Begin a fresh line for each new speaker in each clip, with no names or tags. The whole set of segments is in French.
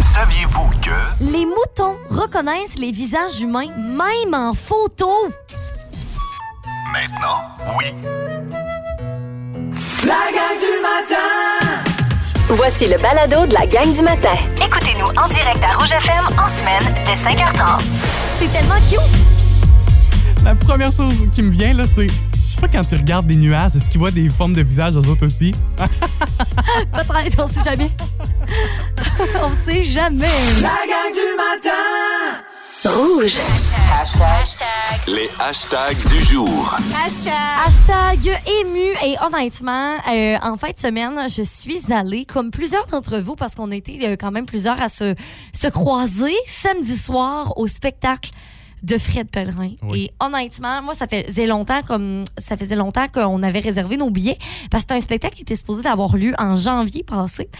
saviez-vous que...
Les moutons reconnaissent les visages humains, même en photo.
Maintenant, oui.
La gang du matin
Voici le balado de la gang du matin.
Écoutez-nous en direct à Rouge FM en semaine dès 5h30.
C'est tellement cute.
La première chose qui me vient, là, c'est. Je sais pas quand tu regardes des nuages, est-ce qu'ils voient des formes de visage aux autres aussi?
Peut-être, on sait jamais. on sait jamais.
La gang du matin
Rouge.
Les hashtags du jour.
Hashtag ému et honnêtement, euh, en fin de semaine, je suis allée, comme plusieurs d'entre vous, parce qu'on était euh, quand même plusieurs à se, se croiser samedi soir au spectacle de Fred Pellerin.
Oui.
Et honnêtement, moi, ça faisait longtemps comme ça faisait longtemps qu'on avait réservé nos billets parce que c'est un spectacle qui était supposé d'avoir lieu en janvier passé.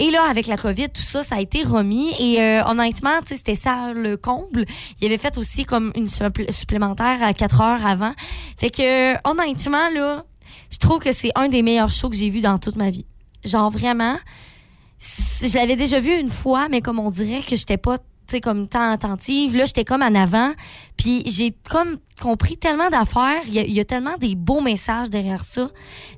Et là, avec la COVID, tout ça, ça a été remis. Et euh, honnêtement, tu sais, c'était ça le comble. Il avait fait aussi comme une supplé- supplémentaire à 4 heures avant. Fait que, honnêtement, là, je trouve que c'est un des meilleurs shows que j'ai vu dans toute ma vie. Genre, vraiment, c- je l'avais déjà vu une fois, mais comme on dirait que j'étais pas, tu sais, comme tant attentive. Là, j'étais comme en avant. Puis j'ai comme compris tellement d'affaires. Il y, a- il y a tellement des beaux messages derrière ça.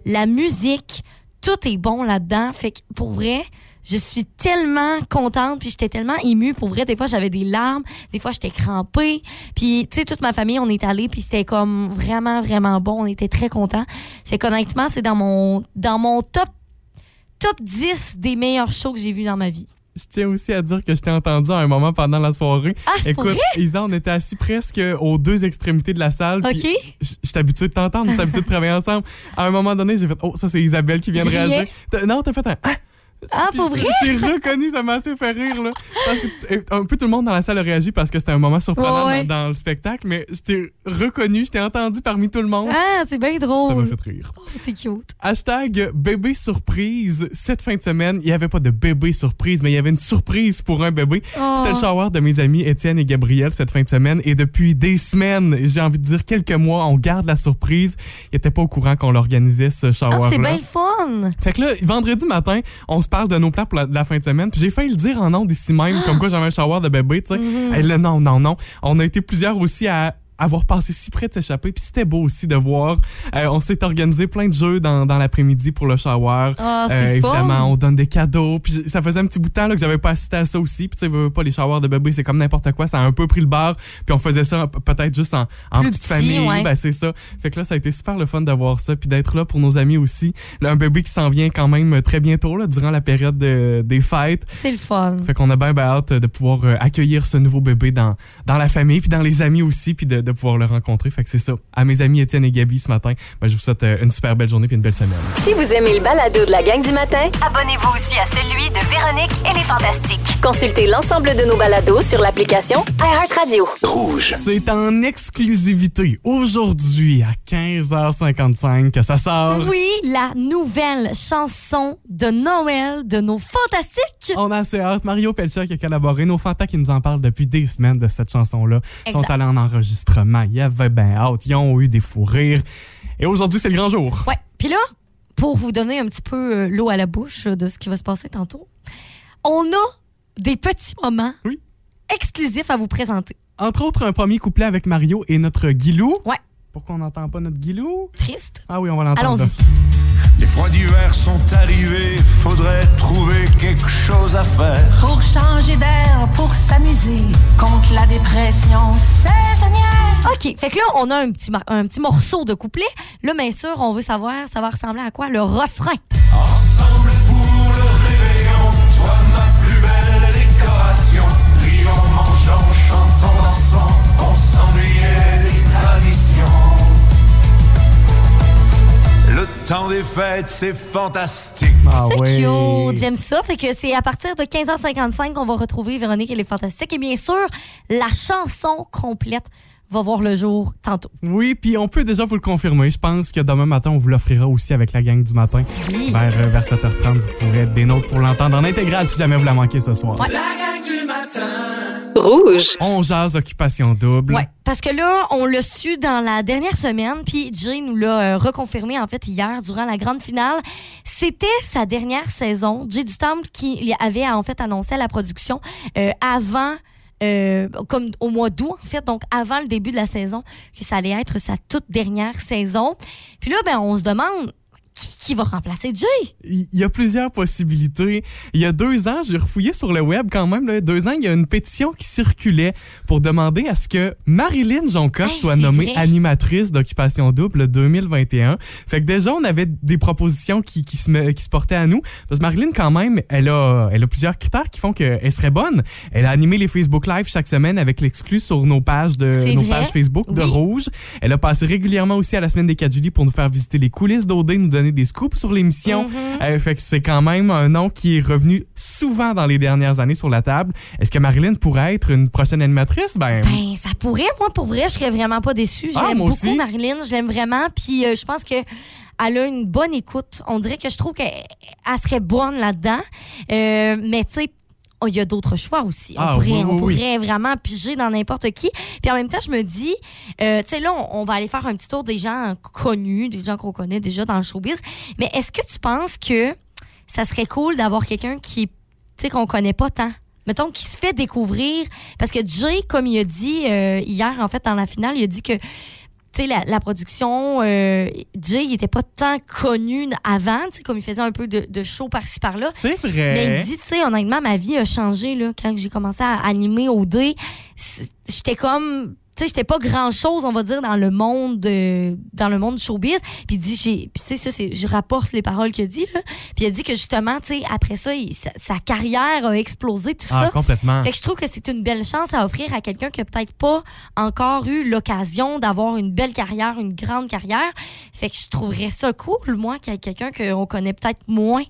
La musique, tout est bon là-dedans. Fait que pour vrai, je suis tellement contente, puis j'étais tellement émue. Pour vrai, des fois, j'avais des larmes, des fois, j'étais crampée. Puis, tu sais, toute ma famille, on est allés, puis c'était comme vraiment, vraiment bon. On était très contents. Fait qu'honnêtement, c'est dans mon, dans mon top, top 10 des meilleurs shows que j'ai vus dans ma vie.
Je tiens aussi à dire que je t'ai entendu à un moment pendant la soirée.
Ah, c'est pour
Écoute,
vrai?
Isa, on était assis presque aux deux extrémités de la salle. puis
OK?
je je suis habitué de t'entendre, je suis habitué de travailler ensemble. À un moment donné, j'ai fait Oh, ça, c'est Isabelle qui vient de
Je riais.
réagir. T'as- Non, t'as fait un Ah!
Ah,
Puis
pour
je-
vrai?
Je t'ai reconnu, ça m'a assez fait rire. Là, Parce que, euh, un peu tout le monde dans la salle a réagi parce que c'était un moment surprenant
Ouais, ouais.
Dans, dans le spectacle, mais je t'ai reconnu, je t'ai entendu parmi tout le monde.
Ah, c'est bien
Ça m'a
drôle.
fait rire.
C'est cute.
Hashtag bébé surprise. Cette fin de semaine, il n'y avait pas de bébé surprise, mais il y avait une surprise pour un bébé.
Oh.
C'était le shower de mes amis Étienne et Gabriel cette fin de semaine. Et depuis des semaines, j'ai envie de dire quelques mois, on garde la surprise. Ils n'étaient pas au courant qu'on l'organisait, ce
Ah,
shower-là.
c'est bien le fun.
Fait que là, vendredi matin, on se parle de nos plans pour la, la fin de semaine. Puis j'ai failli le dire en ondes ici même, comme quoi j'avais un shower de bébé, tu sais.
Mm-hmm.
Hey, là, non, non, non. On a été plusieurs aussi à avoir passé si près de s'échapper. Puis c'était beau aussi de voir. Euh, on s'est organisé plein de jeux dans, dans l'après-midi pour le shower. Euh,
Ah, c'est le fun.
évidemment, on donne des cadeaux. Puis ça faisait un petit bout de temps là, que j'avais pas assisté à ça aussi. Puis tu sais, veux, veux pas les showers de bébé, c'est comme n'importe quoi. Ça a un peu pris le bar. Puis on faisait ça p- peut-être juste en, en
Plus
petite
petit,
famille.
ouais.
Ben, c'est ça. Fait que là, ça a été super le fun d'avoir ça, puis d'être là pour nos amis aussi. Là, un bébé qui s'en vient quand même euh, très bientôt, là, durant la période de- des fêtes.
C'est le fun.
Fait qu'on a bien hâte de pouvoir euh, accueillir ce nouveau bébé dans, dans la famille, puis dans les amis aussi, puis de, de pouvoir le rencontrer. Fait que c'est ça. À mes amis Étienne et Gabi ce matin, ben, je vous souhaite euh, une super belle journée puis une belle semaine.
Si vous aimez le balado de la gang du matin,
Abonnez-vous aussi à celui de Véronique et les Fantastiques.
consultez l'ensemble de nos balados sur l'application iHeartRadio.
Rouge.
C'est en exclusivité aujourd'hui à 15h55 que ça sort.
Oui, la nouvelle chanson de Noël de nos fantastiques.
On a assez hâte. Mario Pelcha qui a collaboré. Nos fantas qui nous en parlent depuis des semaines de cette chanson-là sont
Exact.
allés en enregistrement. Ils avaient bien hâte. Ils ont eu des fous rires. Et aujourd'hui, c'est le grand jour.
Ouais. Puis là, pour vous donner un petit peu euh, l'eau à la bouche euh, de ce qui va se passer tantôt, on a des petits moments
Oui.
exclusifs à vous présenter.
Entre autres, un premier couplet avec Mario et notre Guilou.
Ouais.
Pourquoi on n'entend pas notre Guilou?
Triste.
Ah oui, on va l'entendre.
Allons-y.
Les froids d'hiver sont arrivés, faudrait trouver quelque chose à faire.
Pour changer d'air, pour s'amuser contre la dépression saisonnière.
OK. Fait que là, on a un petit, mar- un petit morceau de couplet. Là, bien sûr, on veut savoir, ça va ressembler à quoi? Le refrain.
Ensemble pour le réveillon, toi ma plus belle décoration. Rions, mangeons, chantons, dansons, on s'ennuyait des traditions. Le temps des fêtes, c'est fantastique.
Ah
C'est
oui.
cute, j'aime ça. Fait que c'est à partir de 15h55 qu'on va retrouver Véronique et les Fantastiques. Et bien sûr, la chanson complète va voir le jour tantôt.
Oui, puis on peut déjà vous le confirmer. Je pense que demain matin, on vous l'offrira aussi avec la gang du matin.
Oui.
Vers, euh, vers 7h30, vous pourrez être des nôtres pour l'entendre en intégrale si jamais vous la manquez ce soir.
La gang du matin
Rouge.
On jase occupation double.
Ouais, parce que là, on l'a su dans la dernière semaine, puis Jay nous l'a euh, reconfirmé en fait hier durant la grande finale. C'était sa dernière saison. Jay du Temple qui avait en fait annoncé à la production euh, avant. euh, comme au mois d'août, en fait, donc avant le début de la saison, que ça allait être sa toute dernière saison. Puis là, ben, on se demande qui, qui va remplacer Jay.
Il y a plusieurs possibilités. Il y a deux ans, j'ai refouillé sur le web quand même. Là, deux ans, il y a une pétition qui circulait pour demander à ce que Marilyn Jonca
Hey,
soit
c'est
nommée
vrai.
animatrice d'Occupation Double 2021. Fait que déjà, on avait des propositions qui, qui, se, me- qui se portaient à nous. Parce que Marilyn, quand même, elle a, elle a plusieurs critères qui font qu'elle serait bonne. Elle a animé les Facebook Live chaque semaine avec l'exclus sur nos pages de
C'est
nos
vrai.
pages Facebook de
Oui.
Rouge. Elle a passé régulièrement aussi à la semaine des 4 juillet pour nous faire visiter les coulisses d'OD, nous donner des scoops sur l'émission.
Mhm.
Euh, fait que c'est quand même un nom qui est revenu souvent dans les dernières années sur la table. Est-ce que Marilyn pourrait être une prochaine animatrice? Ben,
Ben, ça pourrait. Moi, pour vrai, je serais vraiment pas déçue. Je
Ah,
l'aime
moi
beaucoup,
aussi.
Marilyn. Je l'aime vraiment. Puis, euh, je pense que elle a une bonne écoute. On dirait que je trouve qu'elle elle serait bonne là-dedans. Euh, mais, tu sais, oh, il y a d'autres choix aussi. On
Ah,
pourrait,
oui,
on
oui, oui.
pourrait vraiment piger dans n'importe qui. Puis en même temps, je me dis, euh, tu sais, là, on, on va aller faire un petit tour des gens connus, des gens qu'on connaît déjà dans le showbiz. Mais est-ce que tu penses que ça serait cool d'avoir quelqu'un qui, tu sais, qu'on connaît pas tant? Mettons, qui se fait découvrir. Parce que Jay, comme il a dit euh, hier, en fait, dans la finale, il a dit que, tu sais, la, la production, euh, Jay, il était pas tant connu avant, tu sais, comme il faisait un peu de, de show par-ci par-là.
c'est
Mais
vrai.
il dit, tu sais, honnêtement, ma vie a changé là, quand j'ai commencé à animer au dé. c'est- J'étais comme. Tu sais, j'étais pas grand-chose, on va dire, dans le monde euh, dans le monde du showbiz. Puis il dit, j'ai- puis tu sais, ça, c'est- je rapporte les paroles qu'il a dit, là. Puis il a dit que justement, tu sais, après ça, il- sa, sa carrière a explosé, tout
ah,
ça.
complètement.
Fait que je trouve que c'est une belle chance à offrir à quelqu'un qui a peut-être pas encore eu l'occasion d'avoir une belle carrière, une grande carrière. Fait que je trouverais ça cool, moi, qu'il y ait quelqu'un qu'on connaît peut-être moins.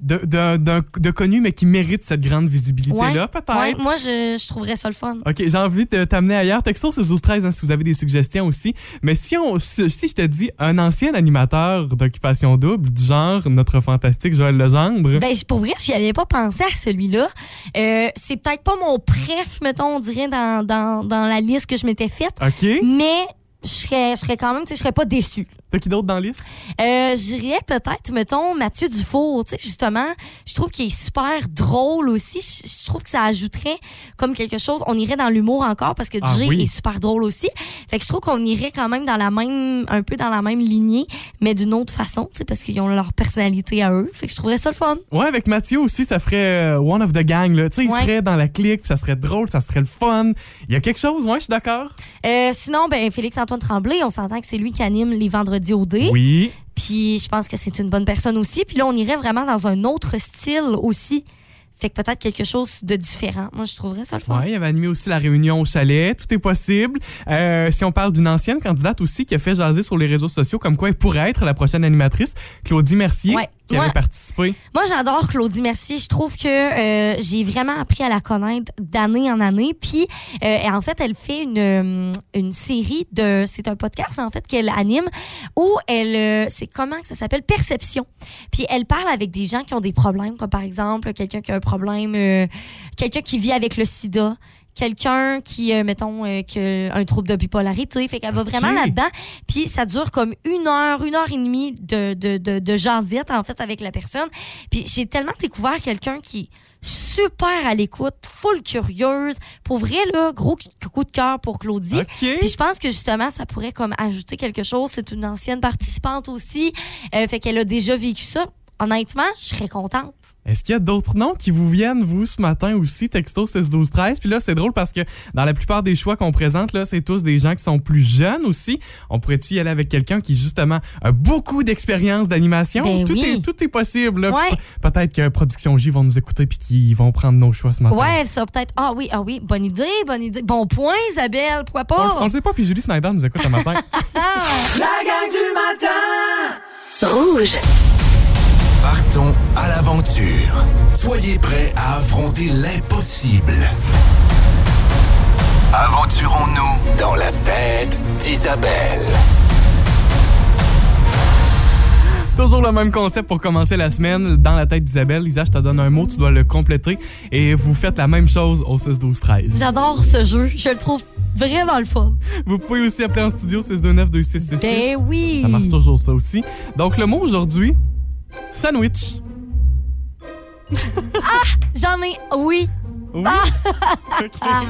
De, de- d'un- de connu, mais qui mérite cette grande visibilité-là,
Ouais,
peut-être.
ouais, moi, je, je trouverais ça le fun.
OK, j'ai envie de t'amener ailleurs. Texto, c'est 12 13 hein, si vous avez des suggestions aussi. Mais si on si, si je te dis un ancien animateur d'occupation double, du genre notre fantastique Joël Legendre.
Ben, je- pour vrai, j'y avais pas pensé à celui-là. Euh, c'est peut-être pas mon préf, mettons, on dirait, dans, dans, dans la liste que je m'étais faite,
OK.
mais je serais, je serais quand même, tu sais, je serais pas déçue.
T'as qui d'autre dans la liste?
Euh, j'irais peut-être, mettons, Mathieu Dufour, tu sais, justement, je trouve qu'il est super drôle aussi. Je, je trouve que ça ajouterait comme quelque chose. On irait dans l'humour encore parce que
Ah
Jay
oui.
est super drôle aussi. Fait que je trouve qu'on irait quand même dans la même, un peu dans la même lignée, mais d'une autre façon, tu sais, parce qu'ils ont leur personnalité à eux. Fait que je trouverais ça le fun.
Ouais, avec Mathieu aussi, ça ferait euh, one of the gang. Là. Tu sais, Il
Ouais.
serait dans la clique, puis ça serait drôle, ça serait le fun. Il y a quelque chose, moi, je suis d'accord.
Euh, sinon, ben, Félix-Antoine Tremblay, on s'entend que c'est lui qui anime les vendredis au dé.
Oui.
Puis je pense que c'est une bonne personne aussi. Puis là, on irait vraiment dans un autre style aussi. Fait que peut-être quelque chose de différent. Moi, je trouverais ça le fun.
Ouais, il avait animé aussi la réunion au chalet. Tout est possible. Euh, si on parle d'une ancienne candidate aussi qui a fait jaser sur les réseaux sociaux, comme quoi elle pourrait être la prochaine animatrice, Claudie Mercier,
Ouais.
qui avait
Ouais.
participé.
Moi, j'adore Claudie Mercier. Je trouve que euh, j'ai vraiment appris à la connaître d'année en année. Puis, euh, en fait, elle fait une, euh, une série de... C'est un podcast, en fait, qu'elle anime où elle... euh, c'est comment que ça s'appelle? Perception. Puis, elle parle avec des gens qui ont des problèmes, comme par exemple quelqu'un qui a un problème... euh, quelqu'un qui vit avec le sida. Quelqu'un qui, euh, mettons, euh, qui a un trouble de bipolarité. Fait qu'elle va
Ok.
vraiment là-dedans. Puis ça dure comme une heure, une heure et demie de, de, de, de jasette, en fait, avec la personne. Puis j'ai tellement découvert quelqu'un qui est super à l'écoute, full curieuse. Pour vrai, là, gros cu- coup de cœur pour Claudie.
OK.
Puis je pense que justement, ça pourrait comme ajouter quelque chose. C'est une ancienne participante aussi. Euh, fait qu'elle a déjà vécu ça. Honnêtement, je serais contente.
Est-ce qu'il y a d'autres noms qui vous viennent, vous, ce matin aussi, texto 16 12 13 Puis là, c'est drôle parce que dans la plupart des choix qu'on présente, là, c'est tous des gens qui sont plus jeunes aussi. On pourrait-tu y aller avec quelqu'un qui, justement, a beaucoup d'expérience d'animation?
Ben
tout,
oui.
est, tout est possible. là.
Ouais.
Puis pe- Peut-être que Production J vont nous écouter puis qu'ils vont prendre nos choix ce matin.
Ouais, ça peut-être. Ah oui, ah oui, bonne idée, bonne idée. Bon point, Isabelle, pourquoi
On,
pas?
le- on le sait pas, puis Julie Snyder nous écoute ce matin.
La gang du matin!
Rouge.
Partons à l'aventure. Soyez prêts à affronter l'impossible. Aventurons-nous dans la tête d'Isabelle.
Toujours le même concept pour commencer la semaine. Dans la tête d'Isabelle, Isa, je te donne un mot, tu dois le compléter. Et vous faites la même chose au 6-12-13.
J'adore ce jeu. Je le trouve vraiment le fun.
Vous pouvez aussi appeler en studio 629-2666.
Ben oui.
Ça marche toujours ça aussi. Donc le mot aujourd'hui, sandwich.
J'en ai. Oui,
Oui.
Ah,
Ok.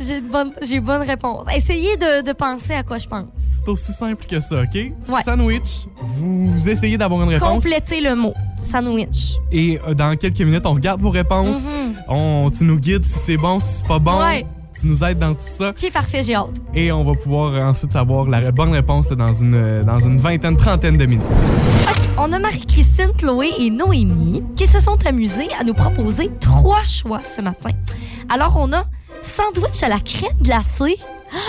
j'ai de bonnes- j'ai bonne réponse. Essayez de, de penser à quoi je pense.
C'est aussi simple que ça, OK? Sandwich, vous essayez d'avoir une réponse.
Complétez le mot. Sandwich.
Et euh, dans quelques minutes, on regarde vos réponses.
Mhm.
on, tu nous guides si c'est bon, si c'est pas bon.
Ouais.
Tu nous aides dans tout ça.
Qui est parfait, j'ai hâte.
Et on va pouvoir euh, ensuite savoir la ré- bonne réponse dans une, euh, dans une vingtaine, trentaine de minutes.
On a Marie-Christine, Chloé et Noémie qui se sont amusées à nous proposer trois choix ce matin. Alors, on a sandwich à la crème glacée.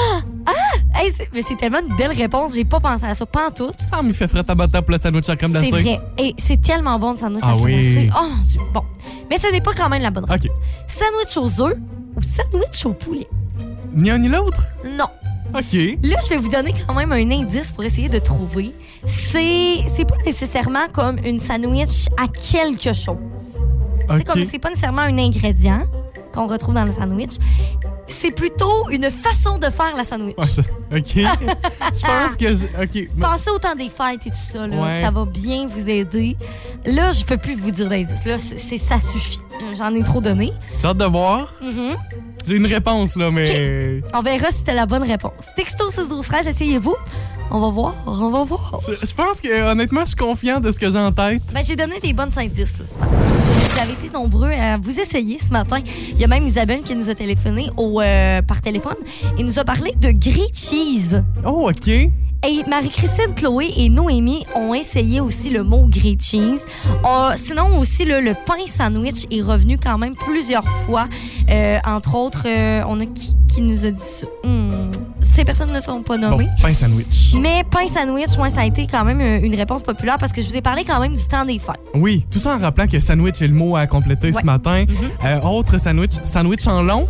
Ah! Ah! Hey, c'est- mais c'est tellement une belle réponse. J'ai pas pensé à ça, pas en tout.
Ah, mais il fait frais tabac pour le sandwich à crème
C'est
glacée.
vrai. Et c'est tellement bon de sandwich à
Ah
la crème
oui. Ah.
glacée. Oh mon Dieu. Bon. Mais ce n'est pas quand même la bonne réponse.
OK.
Sandwich aux œufs ou sandwich au poulet?
Ni un ni l'autre?
Non.
OK.
Là, je vais vous donner quand même un indice pour essayer de trouver. C'est, c'est pas nécessairement comme une sandwich à quelque chose. C'est
OK.
comme c'est pas nécessairement un ingrédient qu'on retrouve dans le sandwich. C'est plutôt une façon de faire la sandwich.
Ouais, ça- OK. je pense que... je- OK. mais-
Pensez au temps des fêtes et tout ça, là.
Ouais.
ça va bien vous aider. Là, je peux plus vous dire d'indice. Là, c'est, c'est- ça suffit. J'en ai trop donné.
J'ai hâte de voir.
Mhm.
J'ai une réponse, là, mais...
On verra si c'était la bonne réponse. Texto 612-13, essayez-vous. On va voir, on va voir.
Je, je pense que, honnêtement, je suis confiant de ce que j'ai en tête.
Ben, j'ai donné des bonnes indices là, ce matin. Vous avez été nombreux à vous essayer ce matin. Il y a même Isabelle qui nous a téléphoné au, euh, par téléphone et nous a parlé de grilled cheese.
Oh, OK.
Et Marie-Christine, Chloé et Noémie ont essayé aussi le mot grilled cheese. Euh, sinon aussi, le, le pain sandwich est revenu quand même plusieurs fois. Euh, entre autres, euh, on a qui, qui nous a dit ça? Hmm, Ces personnes ne sont pas
Bon,
nommées.
pain sandwich.
Mais pain sandwich, ouais, ça a été quand même euh, une réponse populaire parce que je vous ai parlé quand même du temps des fêtes.
Oui, tout ça en rappelant que sandwich est le mot à compléter
Ouais. Mm-hmm.
ce matin. Euh, autre sandwich, sandwich en long,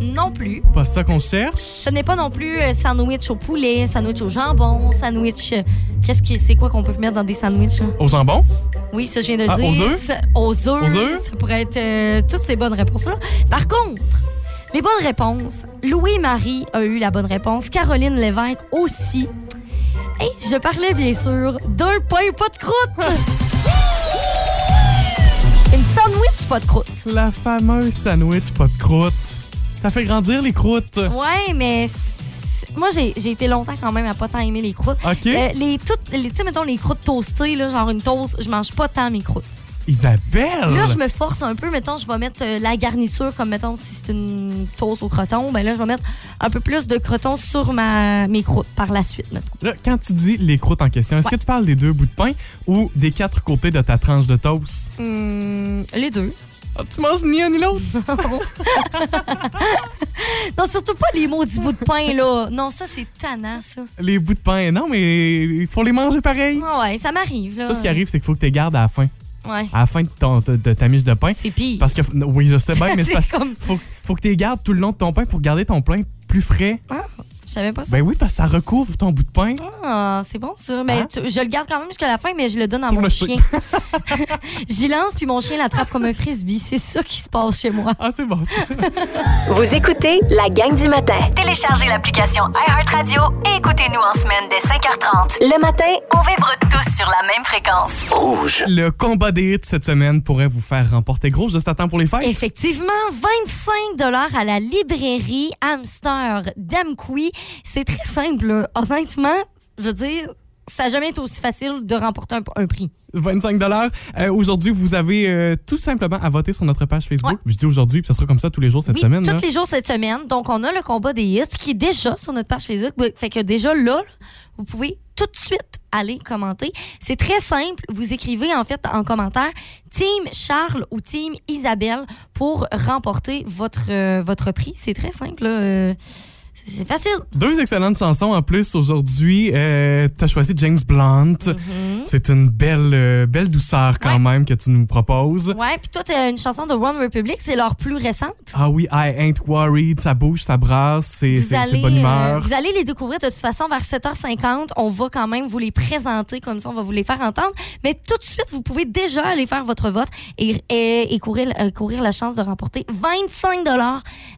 Non plus.
pas ça qu'on cherche.
Ce n'est pas non plus euh, sandwich au poulet, sandwich au jambon, sandwich. euh, Qu'est-ce que c'est quoi qu'on peut mettre dans des sandwichs? hein?
Au jambon,
Oui, ça je viens de
Ah,
dire.
aux œufs?
Ça- Aux œufs.
Aux œufs?
Ça pourrait être euh, toutes ces bonnes réponses-là. Par contre, les bonnes réponses. Louis-Marie a eu la bonne réponse. Caroline Lévesque aussi. Et je parlais bien sûr d'un pain pas de croûte. Une sandwich pas de croûte.
la fameuse sandwich pas de croûte. Ça fait grandir les croûtes.
Ouais, mais c'est- moi, j'ai j'ai été longtemps quand même à pas tant aimer les croûtes.
OK.
Euh, les toutes, les, tu sais, mettons les croûtes toastées, là, genre une toast, je mange pas tant mes croûtes.
Isabelle!
Là, je me force un peu. Mettons, je vais mettre euh, la garniture, comme mettons, si c'est une toast au croton, ben là, je vais mettre un peu plus de croton sur ma, mes croûtes par la suite, mettons.
Là, quand tu dis les croûtes en question, est-ce
Ouais.
que tu parles des deux bouts de pain ou des quatre côtés de ta tranche de toast?
Hum, les deux.
Ah, tu manges ni un ni l'autre?
Non, surtout pas les maudits bouts de pain, là. Non, ça, c'est tannant, ça.
Les bouts de pain, non, mais il faut les manger pareil.
Ah ouais, ça m'arrive, là.
Ça, ce qui arrive, c'est qu'il faut que tu les gardes à la fin.
Ouais,
À la fin de, ton- de- de ta miche de pain.
c'est pire.
Parce que, oui, je sais bien, mais c'est
C'est
parce
comme-
faut, faut que tu les gardes tout le long de ton pain pour garder ton pain plus frais.
Ah, je savais pas ça.
Ben oui, parce que ça recouvre ton bout de pain.
Ah, c'est bon ça. Mais
Hein?
tu- je le garde quand même jusqu'à la fin, mais je le donne à
Pour
mon
le
chien. J'y lance, puis mon chien l'attrape comme un frisbee. C'est ça qui se passe chez moi.
Ah, c'est bon, ça.
Vous écoutez la gang du matin.
Téléchargez l'application iHeartRadio et écoutez-nous en semaine dès 5h30.
Le matin,
On vibre tous sur la même fréquence.
Le combat des hits cette semaine pourrait vous faire remporter gros juste à temps pour les fêtes.
Effectivement, 25 dollars à la librairie Hamster d'Amqui. C'est très simple. là. Honnêtement, je veux dire, ça n'a jamais été aussi facile de remporter un, un prix.
25 dollars. Aujourd'hui, vous avez euh, tout simplement à voter sur notre page Facebook.
Ouais.
Je dis aujourd'hui, puis ça sera comme ça tous les jours cette
Oui,
semaine. là.
tous les jours cette semaine. Donc, on a le combat des hits qui est déjà sur notre page Facebook. Oui, Fait que déjà là, vous pouvez tout de suite aller commenter. C'est très simple. Vous écrivez en fait en commentaire Team Charles ou Team Isabelle pour remporter votre, euh, votre prix. C'est très simple. là. Euh, C'est facile.
Deux excellentes chansons en plus aujourd'hui. Euh, T'as choisi James Blunt.
Mm-hmm.
C'est une belle, euh, belle douceur quand même que tu nous proposes.
Ouais, puis toi, t'as une chanson de One Republic, c'est leur plus récente.
Ah oui, I ain't worried. Ça bouge, ça brasse, c'est
Vous
c'est- c'est
allez,
bonne
euh,
humeur.
vous allez les découvrir de toute façon vers 7h50. On va quand même vous les présenter comme ça, on va vous les faire entendre. Mais tout de suite, vous pouvez déjà aller faire votre vote et, et- et courir, euh, courir la chance de remporter 25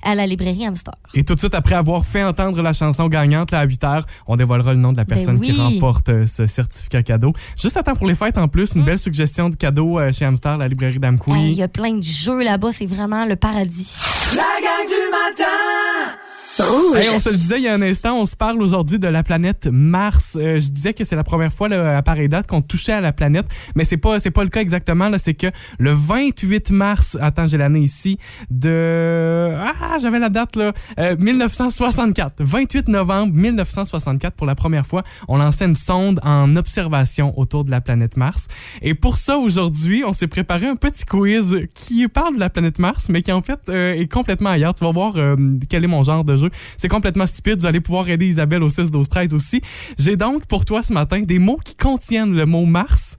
à la librairie Hamster.
Et tout de suite après avoir fait entendre la chanson gagnante là, à 8 h, on dévoilera le nom de la
Ben
personne
oui.
qui remporte euh, ce certificat cadeau. Juste à temps pour les fêtes en plus, une
Mm.
belle suggestion de cadeau euh, chez Hamster, la librairie
Hey, Il
d'Amkoui.
y a plein de jeux là-bas, c'est vraiment le paradis.
La gang du matin!
Hey, on se le disait il y a un instant, on se parle aujourd'hui de la planète Mars. Euh, je disais que c'est la première fois là, à pareille date qu'on touchait à la planète, mais c'est pas c'est pas le cas exactement. Là, c'est que le 28 mars, attends j'ai l'année ici de ah j'avais la date là Euh, 1964, 28 novembre 1964 pour la première fois, on lançait une sonde en observation autour de la planète Mars. Et pour ça aujourd'hui, on s'est préparé un petit quiz qui parle de la planète Mars, mais qui en fait euh, est complètement ailleurs. Tu vas voir euh, quel est mon genre de jeu. C'est complètement stupide. Vous allez pouvoir aider Isabelle au 6, 12, 13 aussi. J'ai donc pour toi ce matin des mots qui contiennent le mot Mars.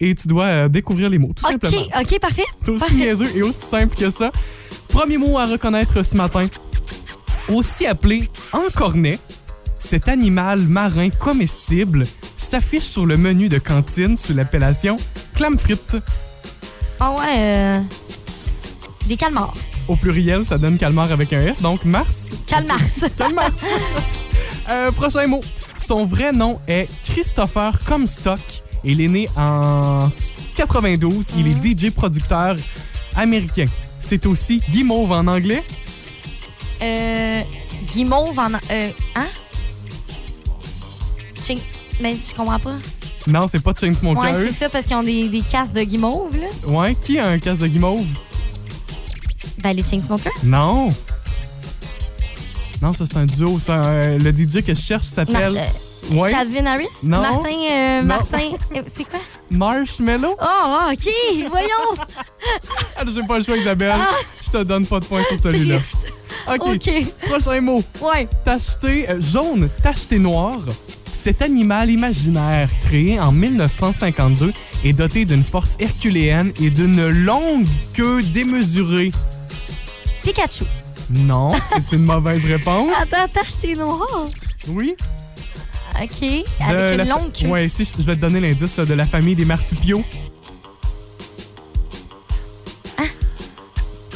Et tu dois euh, découvrir les mots, tout
OK,
simplement.
OK, parfait.
C'est aussi hein. niaiseux et aussi simple que ça. Premier mot à reconnaître ce matin. Aussi appelé encornet, cet animal marin comestible s'affiche sur le menu de cantine sous l'appellation clam frites.
Ah ouais, euh, des calmars.
Au pluriel, ça donne calmar avec un S, donc Mars.
Calmars.
Calmars. Euh, prochain mot. Son vrai nom est Christopher Comstock. Il est né en 92. Il est DJ producteur américain. C'est aussi guimauve en anglais.
Euh, guimauve en... Euh, hein? Ching- Mais je comprends pas.
Non, c'est pas Chainsmokers.
Ouais, c'est ça, parce qu'ils ont des, des casques de guimauve, là.
Ouais, qui a un casque de guimauve?
Ben, les Chainsmokers.
Non. Non, ça, c'est un duo. C'est un- euh, le DJ que je cherche
Mar-
s'appelle...
euh,
ouais,
Calvin Harris?
hein? Non.
Martin... euh,
Non.
Martin... euh, c'est quoi?
Marshmallow.
Oh, oh, OK! Voyons!
Ah, J'ai pas le choix, Isabelle.
Ah.
Je te donne pas de points sur celui-là.
OK.
Prochain mot.
Ouais.
Tacheté euh, jaune, tacheté noir. Cet animal imaginaire créé en 1952 est doté d'une force herculéenne et d'une longue queue démesurée.
Pikachu.
Non, c'est une mauvaise réponse.
Attends, tâche tes noirs.
Oui.
OK.
Euh,
Avec une longue queue.
Oui, si je, je vais te donner l'indice là, de la famille des marsupiaux.
Hein?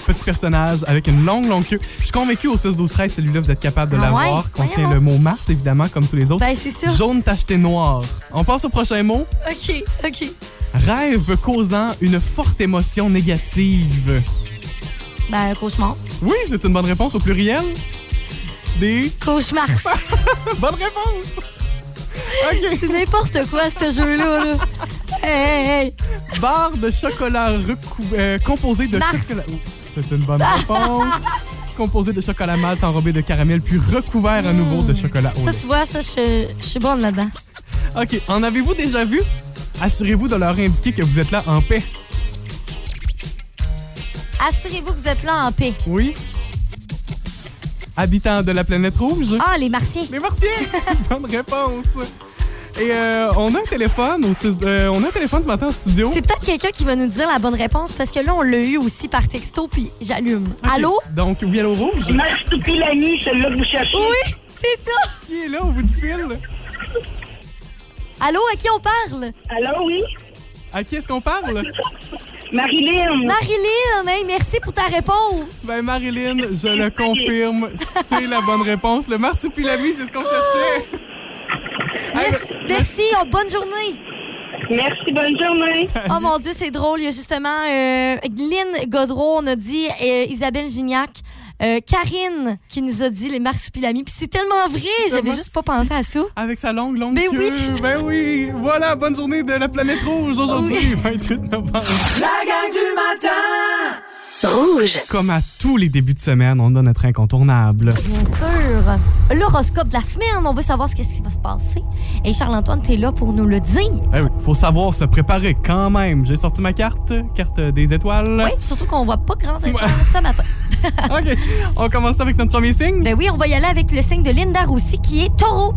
Petit personnage avec une longue, longue queue. Je suis convaincu au 6, 12, 13, celui-là, vous êtes capable de
Ah
l'avoir.
ouais?
Contient
Voyons.
le mot Mars, évidemment, comme tous les autres.
Ben, c'est sûr.
Jaune tacheté noir. On passe au prochain mot.
OK, OK.
Rêve causant une forte émotion négative.
Ben, cauchemar.
Oui, c'est une bonne réponse au pluriel. Des
Cauchemar.
bonnes réponses.
c'est n'importe quoi, ce jeu-là. Là. Hey, hey.
barre de chocolat recou... euh, composée de
Mars.
chocolat. Oh, C'est une bonne réponse. composée de chocolat malt enrobé de caramel puis recouvert à nouveau de chocolat au
Hmm. Ça,
lait.
tu vois, ça, je je suis bonne là-dedans.
OK, en avez-vous déjà vu Assurez-vous de leur indiquer que vous êtes là en paix.
Assurez-vous que vous êtes là en paix.
Oui. Habitants de la planète rouge.
Ah, les Martiens.
Les martiens. bonne réponse. Et euh, on a un téléphone au six- euh, on a un téléphone ce matin en studio.
C'est peut-être quelqu'un qui va nous dire la bonne réponse parce que là, on l'a eu aussi par texto, puis j'allume. Allô?
OK, Donc oui allô rouge.
Max Toupilani, celle-là que vous cherchez.
Oui, c'est ça.
Qui est là au bout du fil
Allô, à qui on parle?
Allô, oui?
À qui est-ce qu'on parle
Marilyn.
Marilyn, hey, merci pour ta réponse.
Ben Marilyn, je le confirme, c'est la bonne réponse. Le marsupilami, c'est ce qu'on cherchait.
Merci, merci oh, bonne journée.
Merci, bonne journée.
Oh mon Dieu, c'est drôle. Il y a justement euh, Lynn Godreau, on a dit euh, Isabelle Gignac. euh, Karine qui nous a dit les marsupilamis. Puis c'est tellement vrai, j'avais
Ah, moi
juste pas pensé à ça.
Avec sa longue, longue
Ben
queue.
oui.
Ben oui. Voilà, bonne journée de la planète rouge aujourd'hui, 28 novembre.
La gang du matin!
Comme à tous les débuts de semaine, on a notre incontournable.
Bien sûr. L'horoscope de la semaine, on veut savoir ce, qu'est-ce qui va se passer. Et Charles-Antoine, t'es là pour nous le dire.
Ben oui, faut savoir se préparer quand même. J'ai sorti ma carte, carte des étoiles.
Oui, surtout qu'on voit pas grand étoiles ce matin.
OK. On commence avec notre premier signe.
Ben oui, on va y aller avec le signe de Linda Roussy qui est taureau.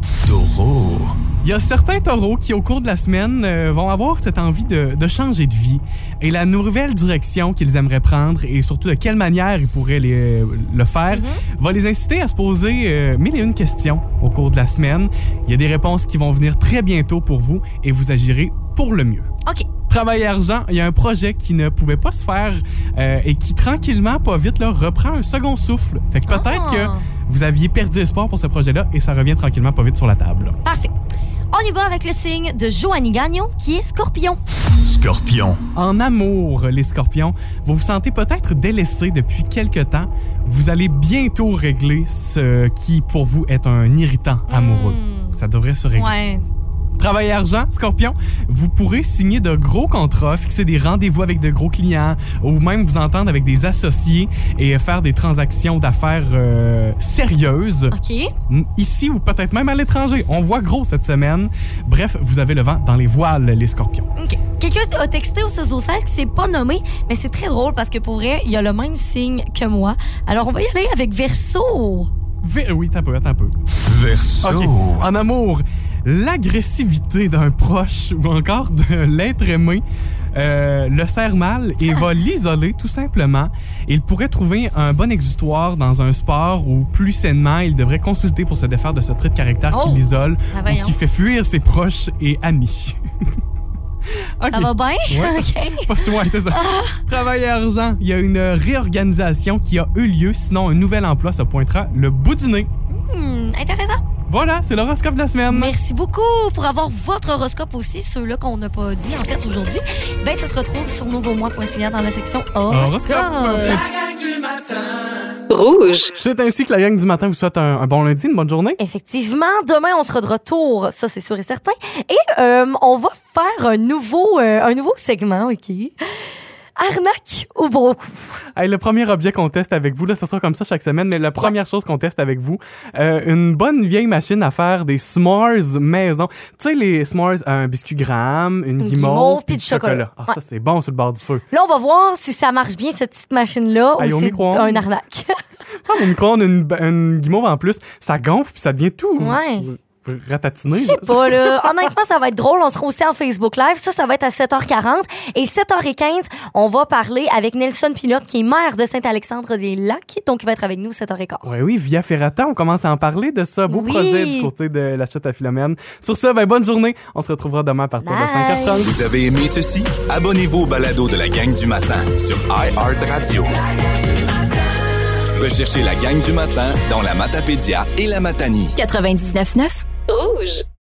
Il y a certains taureaux qui, au cours de la semaine, euh, vont avoir cette envie de, de changer de vie et la nouvelle direction qu'ils aimeraient prendre et surtout de quelle manière ils pourraient les- euh, le faire
Mhm.
va les inciter à se poser euh, mille et une questions au cours de la semaine. Il y a des réponses qui vont venir très bientôt pour vous et vous agirez pour le mieux.
OK.
Travail et argent, il y a un projet qui ne pouvait pas se faire euh, et qui tranquillement, pas vite, là, reprend un second souffle. Fait que peut-être
Ah.
que vous aviez perdu espoir pour ce projet-là et ça revient tranquillement, pas vite sur la table.
Parfait. On y va avec le signe de Joanie Gagnon qui est scorpion.
Scorpion,
En amour, les scorpions, vous vous sentez peut-être délaissé depuis quelque temps. Vous allez bientôt régler ce qui, pour vous, est un irritant amoureux. Ça devrait se régler.
Ouais.
Travail et argent, scorpion, vous pourrez signer de gros contrats, fixer des rendez-vous avec de gros clients ou même vous entendre avec des associés et faire des transactions d'affaires euh, sérieuses,
OK.
M- ici ou peut-être même à l'étranger. On voit gros cette semaine. Bref, vous avez le vent dans les voiles, les scorpions.
OK. Quelqu'un a texté au 16 au 16 qui s'est pas nommé, mais c'est très drôle parce que pour vrai, il y a le même signe que moi. Alors, on va y aller avec Verseau.
Vé- Oui, t'as peu, t'as peu.
verso,
OK. En amour, l'agressivité d'un proche ou encore de l'être aimé euh, le sert mal
Ah.
et va l'isoler tout simplement. Il pourrait trouver un bon exutoire dans un sport où plus sainement, il devrait consulter pour se défaire de ce trait de caractère
Oh!
qui l'isole
Ah,
ou
voyons.
qui fait fuir ses proches et amis. OK.
Ça va bien?
Ouais.
OK. Ah.
Pas ouais, c'est ça. Travail et argent, il y a une réorganisation qui a eu lieu, sinon un nouvel emploi se pointera le bout du nez.
Hmm, intéressant.
Voilà, c'est l'horoscope de la semaine.
Merci beaucoup pour avoir votre horoscope aussi, ceux-là qu'on n'a pas dit en fait aujourd'hui. Ben, ça se retrouve sur nouveaumois.ca dans la section
Oh, Ah,
horoscope.
Horoscope.
La gang du matin.
Rouge.
C'est ainsi que la gang du matin vous souhaite un, un bon lundi, une bonne journée.
Effectivement, demain on sera de retour, ça c'est sûr et certain. Et euh, on va faire un nouveau, euh, un nouveau segment, ok. Arnaque ou bon coup.
Hey, le premier objet qu'on teste avec vous, là, ce sera comme ça chaque semaine, mais la première chose qu'on teste avec vous, euh, une bonne vieille machine à faire des s'mores maison. Tu sais, les s'mores, euh, un biscuit gramme, une, guimauve, puis du chocolat. Ah,
Ouais.
ça, c'est bon sur le bord du feu.
Là, on va voir si ça marche bien cette petite machine là
Aïe,
ou
au
c'est
micro-ondes.
un arnaque.
Ça, au micro-ondes, une, une guimauve en plus, ça gonfle, puis ça devient tout
Ouais.
r- ratatiné.
Je sais pas, là. Honnêtement, ça va être drôle. On sera aussi en Facebook Live. Ça, ça va être à 7h40. Et 7h15, on va parler avec Nelson Pilote, qui est maire de Saint-Alexandre-des-Lacs. Donc, il va être avec nous 7h15.
Oui, oui, via Ferrata, on commence à en parler de ça. Beau
Oui.
projet du côté de la chute à Philomène. Sur ce, ben, bonne journée. On se retrouvera demain à partir
Bye.
de 5h30.
Vous avez aimé ceci? Abonnez-vous au balado de la gang du matin sur iHeartRadio. Recherchez la gang du matin dans la Matapédia et la Matanie.
99.9.
Rouge.